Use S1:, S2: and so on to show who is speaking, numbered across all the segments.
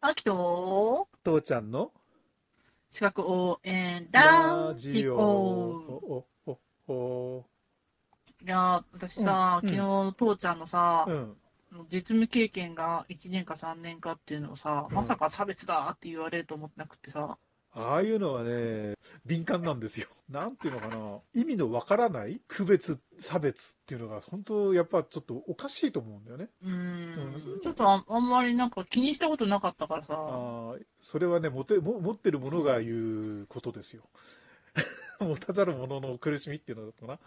S1: 秋と
S2: 父ちゃんの
S1: 資格応援ラジオ。
S2: おおおお
S1: いやー、私さ、
S2: うん
S1: 昨日、父ちゃんのさ
S2: う、ん
S1: 実務経験が1年か3年かっていうのをさ、
S2: うん
S1: まさか差別だって言われると思ってなくてさ、
S2: ああいうのはね敏感なんですよなんていうのかな意味のわからない区別差別っていうのが本当やっぱちょっとおかしいと思うんだよね
S1: うー
S2: うんん、
S1: ちょっとああんまりなんか気にしたことなかったからさ、
S2: ああそれはね持ても持ってるものが言うことですよ 持たざる者の苦しみっていうのだったか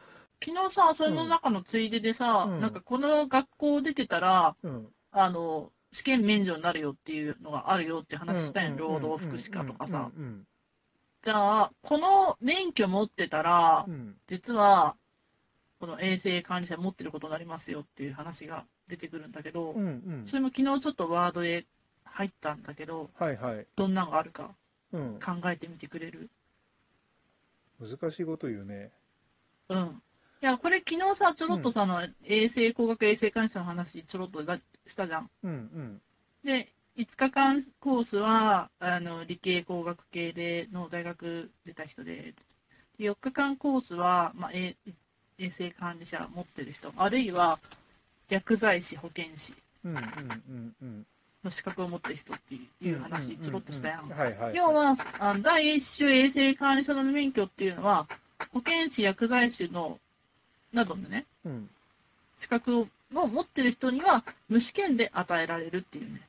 S1: 昨日さ、それの中のついででさ、
S2: うん
S1: なんかこの学校出てたら、
S2: なうん
S1: あの、試験免除になるよっていうのがあるよって話したやん、労働福祉課とかさ。
S2: うん
S1: じゃあ、この免許持ってたら
S2: うん、うん
S1: 実は、この衛生管理者持ってることになりますよっていう話が出てくるんだけど
S2: うんう、んうん
S1: それも昨日ちょっとワードで入ったんだけど、
S2: はいはい
S1: どんなのがあるか
S2: うん
S1: 考えてみてくれる。
S2: 難しいこと言うね
S1: うん。いや、これ昨日さ、ちょろっとさ、あの衛生工学衛生管理者の話、ちょろっとだしたじゃん。
S2: うんうん
S1: で、5日間コースはあの理系工学系での大学出た人で、で4日間コースは、まあ、え衛生管理者持ってる人、あるいは薬剤師、保健師
S2: うんうんうんうん
S1: の資格を持ってる人っていう話、ちょろっとしたや
S2: うんう。はいはい
S1: 要はあの第1種衛生管理者の免許っていうのは、保健師、薬剤師のなどのね、
S2: うん
S1: 資格をを持ってる人には無試験で与えられるっていうね。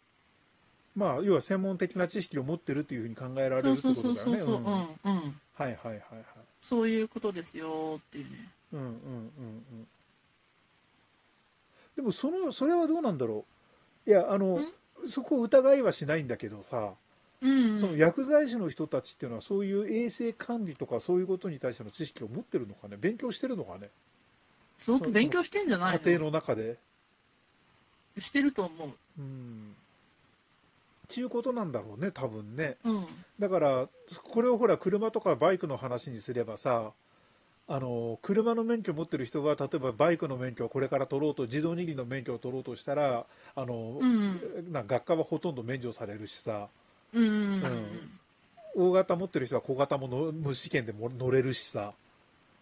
S2: まあ要は専門的な知識を持ってるっていうふうに考えられるって
S1: そう
S2: こ
S1: そ
S2: と
S1: う
S2: だ
S1: そ
S2: よ
S1: う
S2: ね
S1: そう、
S2: うんはい
S1: うん、うん。
S2: はいはいはい
S1: そういうことですよっていうね。
S2: うんうんうんうんでもそのそれはどうなんだろういやあの
S1: ん
S2: そこを疑いはしないんだけどさ
S1: うん、
S2: その薬剤師の人たちっていうのはそういう衛生管理とかそういうことに対しての知識を持ってるのかね勉強してるのかね
S1: すごく勉強してんじゃない
S2: 家
S1: の
S2: 庭の中で
S1: してると思う。
S2: うんっていうことなんだろうね多分ね
S1: うん。
S2: だから、これをほら、車とかバイクの話にすればさ、あの、車の免許持ってる人は、例えばバイクの免許をこれから取ろうと、自動握りの免許を取ろうとしたら、あの
S1: う、ん。
S2: な学科はほとんど免除されるしさ、
S1: うん。うん
S2: 大型持ってる人は小型もの無試験でも乗れるしさ、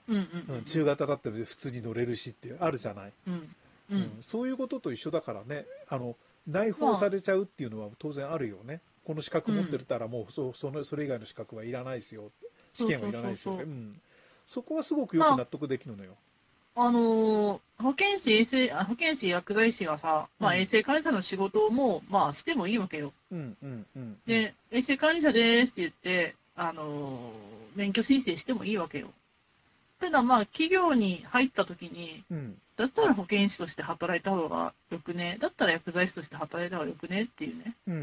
S1: うん。
S2: う
S1: うんん。
S2: 中型だって普通に乗れるしってあるじゃない、
S1: うん。う。
S2: うんそういうことと一緒だからね、あの、内包されちゃうっていうのは当然あるよね。この資格持ってたらもうそそのそれ以外の資格はいらないですよ試験はいらないですよ
S1: そうそうそうそう
S2: うん、そこはすごくよく納得できるのよ。
S1: あのー保健師、衛生、あ保健師、薬剤師がさ、まあ、
S2: うん
S1: 衛生管理者の仕事をもう、まあ、してもいいわけよ。
S2: うんうんうん、
S1: で、衛生管理者ですって言って、あのー免許申請してもいいわけよ。ただ、まあ、企業に入った時に、
S2: うん、
S1: だったら保健師として働いた方がよくね、だったら薬剤師として働いた方がよくねっていうね、
S2: うんうんう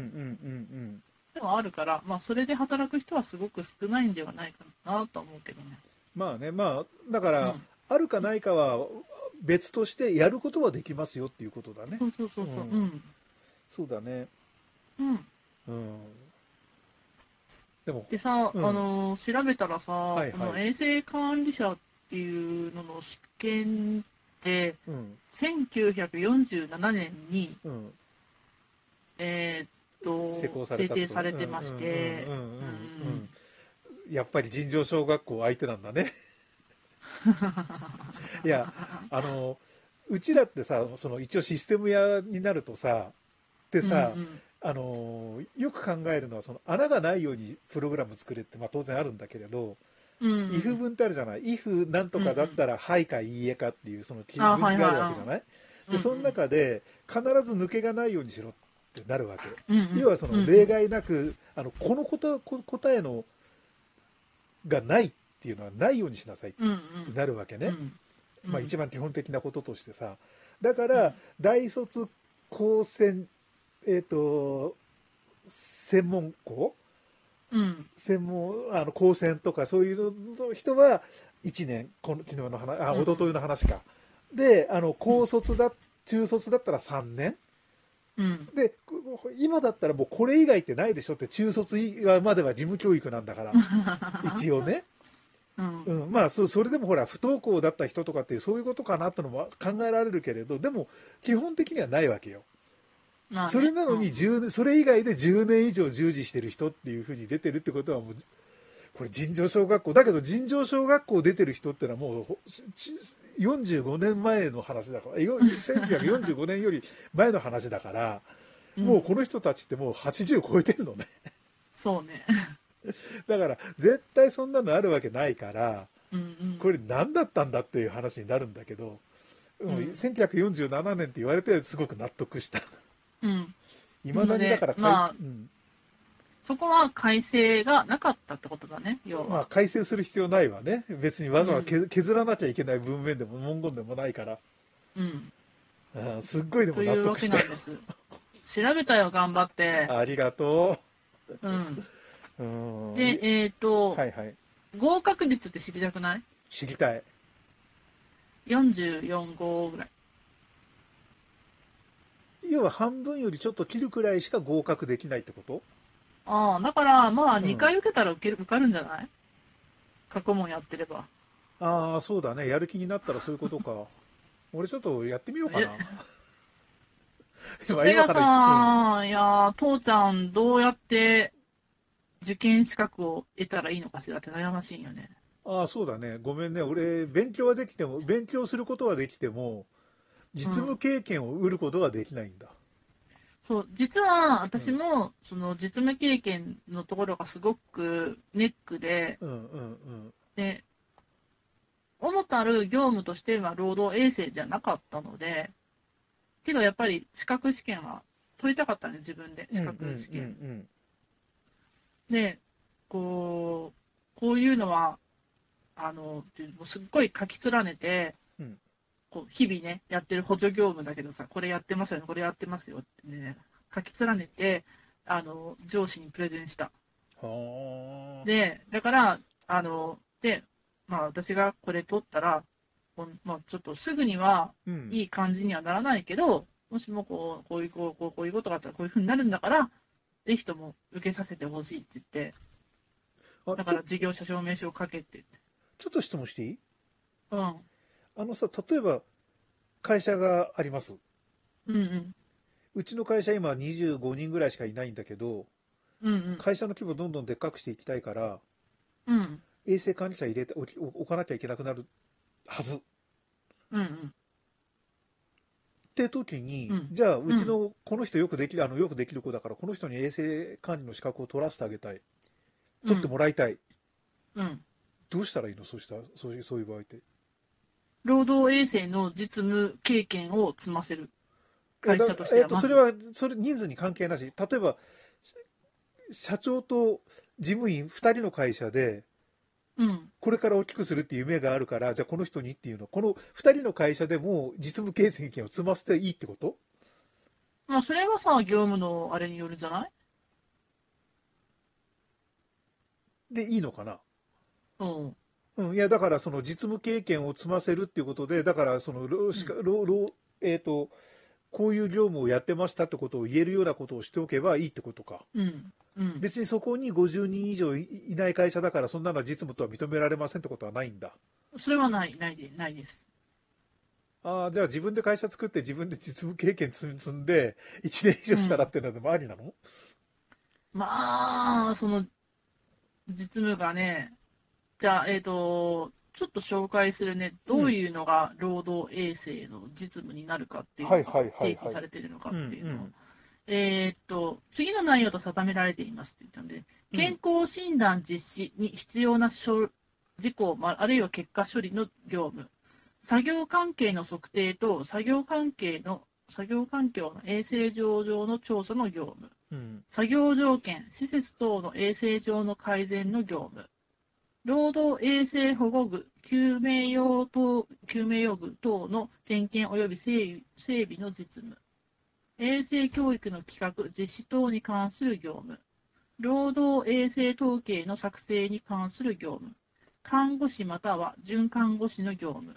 S2: ん
S1: でもあるから、まあ、それで働く人はすごく少ないんではないかなとは思うけどね。
S2: まあねまあだか
S1: う
S2: ら、
S1: ん
S2: あるかないかは別としてやることはできますよっていうことだね。
S1: そうそうそうそう、う
S2: うん
S1: ん、
S2: そうだね。
S1: うん、
S2: うん、でも
S1: でさ、
S2: うん
S1: あのー調べたらさ、
S2: いはい
S1: この衛生管理者っていうのの試験って、
S2: うん
S1: 1947年に、
S2: うん
S1: えーっと
S2: 施行され
S1: 制
S2: たって
S1: 定
S2: こと
S1: されてまして
S2: うん、うんうんうん
S1: うん
S2: うんやっぱり尋常小学校相手なんだね。 いやあのうちだってさその一応システム屋になるとさでさ、
S1: うんうん
S2: あのよく考えるのはその穴がないようにプログラム作れって、まあ、当然あるんだけれど、
S1: うん、
S2: if 文ってあるじゃない if なんとかだったら「はい」か「いいえ」かっていうその分岐
S1: あ
S2: が
S1: はいはい
S2: あるわけじゃない
S1: うんう
S2: で
S1: ん
S2: その中で必ず抜けがないようにしろってなるわけ
S1: うんうん
S2: 要はその例外なくあのこのことこ答えのがないっていうのはないようにしなさいっ
S1: うんうん
S2: てなるわけね、
S1: うん
S2: まあ、一番基本的なこととしてさだか
S1: うん
S2: ら大卒高専えっ、と専門校
S1: うん
S2: 専門あの高専とかそういうの人は1年この昨日の話あ
S1: うん
S2: 一昨日の話か、であの高卒だ中卒だったら3年
S1: うん
S2: でこ今だったらもうこれ以外ってないでしょって中卒以外までは義務教育なんだから一応ね、
S1: うん
S2: うん、まあそそれでもほら不登校だった人とかっていうそういうことかなってのも考えられるけれどでも基本的にはないわけよ
S1: まあね
S2: それなのに
S1: うん
S2: 10、それ以外で10年以上従事してる人っていうふうに出てるってことはもうこれ尋常小学校だけど尋常小学校出てる人ってのはもうほしし45年前の話だからえよ1945年より前の話だから、
S1: うん
S2: もうこの人たちってもう80超えてるのね
S1: そうね。
S2: だから絶対そんなのあるわけないから
S1: うんうん。
S2: これ何だったんだっていう話になるんだけど、もううん1947年って言われてすごく納得した
S1: うん。
S2: いまだにだからかい、
S1: まあ
S2: うん
S1: そこは改正がなかったってことだね、要
S2: ま
S1: は。
S2: あ、改正する必要ないわね別にわざわざ削削らなきゃいけない文面でも文言でもないから、
S1: うん。
S2: うん、すっごいで
S1: と
S2: も
S1: い
S2: 納
S1: うわ
S2: 得
S1: け
S2: した
S1: なんです。調べたよ、頑張って。
S2: ありがと
S1: うん。
S2: う、うん、
S1: で、えっ、と、
S2: はいはい
S1: 合格率って知りたくない
S2: 知りたい
S1: ?44 号ぐらい。
S2: 要は半分よりちょっと切るくらいしか合格できないってこと
S1: ああ、だから、まあ、
S2: うん
S1: 2回受けたら受ける、受かるんじゃない過去問やってれば。
S2: ああそうだねやる気になったらそういうことか 俺ちょっとやってみよ うかな
S1: それがさ、いやー、父ちゃん、どうやって受験資格を得たらいいのかしらって悩ましいよね。
S2: ああ、そうだね。ごめんね。俺、勉強はできても、勉強することはできても、実務経験を得ることはできないんだ。
S1: そう、実は私も、その実務経験のところがすごくネックで、
S2: うんうん
S1: で、主たる業務としては労働衛生じゃなかったので、けどやっぱり資格試験は取りたかったね、自分で、
S2: うん。
S1: 資格試験。
S2: うんうん
S1: で、こう、こういうのは、あの、っていうのをすっごい書き連ねて、
S2: うん
S1: こう日々ね、やってる補助業務だけどさ、これやってますよね、これやってますよってね、書き連ねて、あの、上司にプレゼンした。
S2: うん。はあ。
S1: で、だから、あの、で、まあ私がこれ取ったら、こんまあちょっとすぐには
S2: うん。
S1: いい感じにはならないけど、もしもこう、こういう、こう、こうこういうことがあったらこういうふうになるんだから、ぜひとも受けさせてほしいって言って、
S2: あ
S1: だ
S2: ち
S1: か
S2: ょ
S1: ら事業者証明書をかけって。
S2: ちょっと質問していい
S1: うん。
S2: あのさ、例えば、会社があります。
S1: うんうん。
S2: うちの会社今25人ぐらいしかいないんだけど、
S1: うんうん。
S2: 会社の規模どんどんでっかくしていきたいから、
S1: うん
S2: 衛生管理者入れておきお置かなきゃいけなくなるはず。
S1: うんうん。
S2: って時に、
S1: うん
S2: じゃあうちのこの人よくできる、あのよくできる子だからこの人に衛生管理の資格を取らせてあげたい取ってもらいたい、
S1: うん。
S2: どうしたらいいのそうしたそういうそういう場合って
S1: 労働衛生の実務経験を積ませる。会社として
S2: えっ
S1: は
S2: と
S1: ま
S2: そ
S1: ず
S2: れはそれ人数に関係なし例えばし社長と事務員2人の会社で
S1: うん。
S2: これから大きくするっていう夢があるからじゃあこの人にっていうのこの2人の会社でも実務経験を積ませていいってこと
S1: まあそれはさ、業務のあれによるじゃない
S2: でいいのかな
S1: うん。
S2: うん、いや、だからその実務経験を積ませるっていうことで、だからその労しか労労えっと、こういう業務をやってましたってことを言えるようなことをしておけばいいってことか。
S1: うん。うん。
S2: 別にそこに50人以上いいない会社だから、そんなのは実務とは認められませんってことはないんだ。
S1: それはない、ないで、ないです。
S2: ああ、じゃあ自分で会社作って自分で実務経験積積んで、1年以上したらっていうのでもありなの
S1: まあ、その、実務がね、じゃあ、えっ、と、ちょっと紹介するね、どういうのが労働衛生の実務になるかっていうのが
S2: はいはいはいはい
S1: 定義されているのかっていうのを
S2: うんうん
S1: えーっと、次の内容と定められていますって言ったので、
S2: うん
S1: 健康診断実施に必要な処事項、まああるいは結果処理の業務、作業関係の測定と作業関係の作業環境の衛生上上の調査の業務、
S2: うん。
S1: 作業条件、施設等の衛生上の改善の業務、労働衛生保護具、救命用等救命用具等の点検及び整整備の実務、衛生教育の企画、実施等に関する業務、労働衛生統計の作成に関する業務、看護師または準看護師の業務、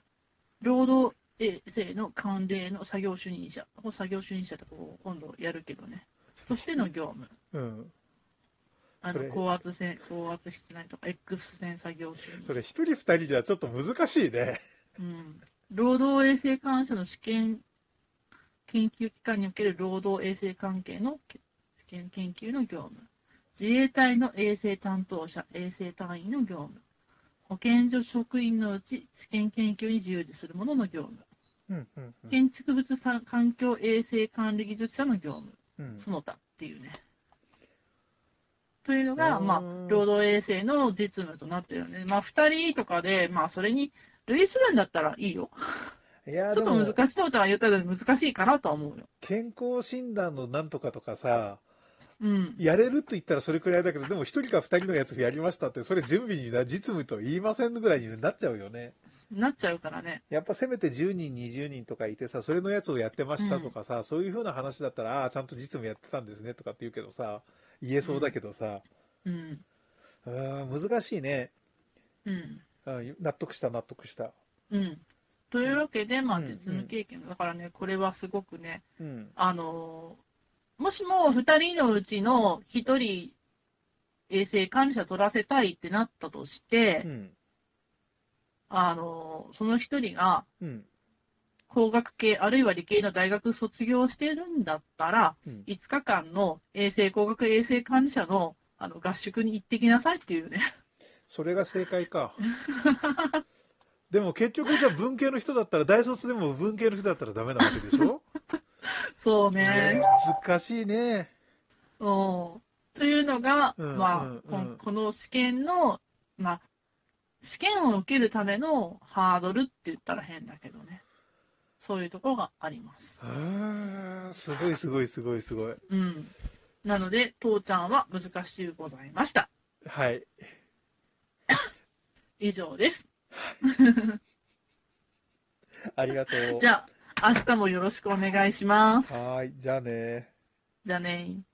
S1: 労働衛生の関連の作業主任者、ここ作業主任者とかを今度やるけどね、としての業務。
S2: うん。
S1: あ
S2: そ
S1: の
S2: れ
S1: 高圧線、高圧室内とか、X 線作業所
S2: それ1人2人じゃちょっと難しいね。
S1: うん、労働衛生監査の試験研究機関における労働衛生関係の研究の業務、自衛隊の衛生担当者、衛生隊員の業務、保健所職員のうち試験研究に従事する者の業務、
S2: うんうんうん
S1: 建築物さ環境衛生管理技術者の業務、
S2: うん
S1: その他っていうね。というのが、まあ
S2: うーん、
S1: 労働衛生の実務となってるよね。まあ、2人とかで、まあ、それに類するんだったらいいよ。
S2: いや
S1: ちょっと
S2: でも
S1: 難しそうじゃん、言ったら難しいかなとは思うよ。
S2: 健康診断のなんとかとかさ
S1: うん。
S2: やれると言ったらそれくらいだけどでも一人か二人のやつやりましたってそれ準備にな実務と言いませんぐらいになっちゃうよね
S1: なっちゃうからね。
S2: やっぱせめて10人20人とかいてさそれのやつをやってましたとかさ、そういうふうな話だったらああちゃんと実務やってたんですねとかって言うけどさ言えそうだけどさ、
S1: うん。
S2: うーん難しいね、
S1: うん。
S2: うん、納得した納得した
S1: うん。というわけで、ま
S2: う
S1: あ、
S2: ん
S1: 実務経験、だからね、これはすごくね、
S2: うん
S1: あのーもしも2人のうちの1人、衛生管理者取らせたいってなったとして、
S2: うん
S1: あのーその1人が
S2: うん
S1: 工学系あるいは理系の大学卒業してるんだったら、
S2: うん
S1: 5日間の衛生工学衛生管理者のあの合宿に行ってきなさいっていうね。
S2: それが正解か でも結局じゃあ文系の人だったら大卒でも文系の人だったらダメなわけでし ょ
S1: そうね。
S2: 難しいね
S1: うんというのが、
S2: うん
S1: まあ
S2: うんうん
S1: こんこの試験の、まあ、試験を受けるためのハードルって言ったら変だけどね、そういうところがあります
S2: う。ーんすごいすごいすごいすごい
S1: うん、なので、父ちゃんは難しゅうございました。
S2: はい
S1: 以上です。
S2: ありがとう
S1: じゃあ、明日もよろしくお願いします。
S2: はーいじゃあね
S1: じゃあねー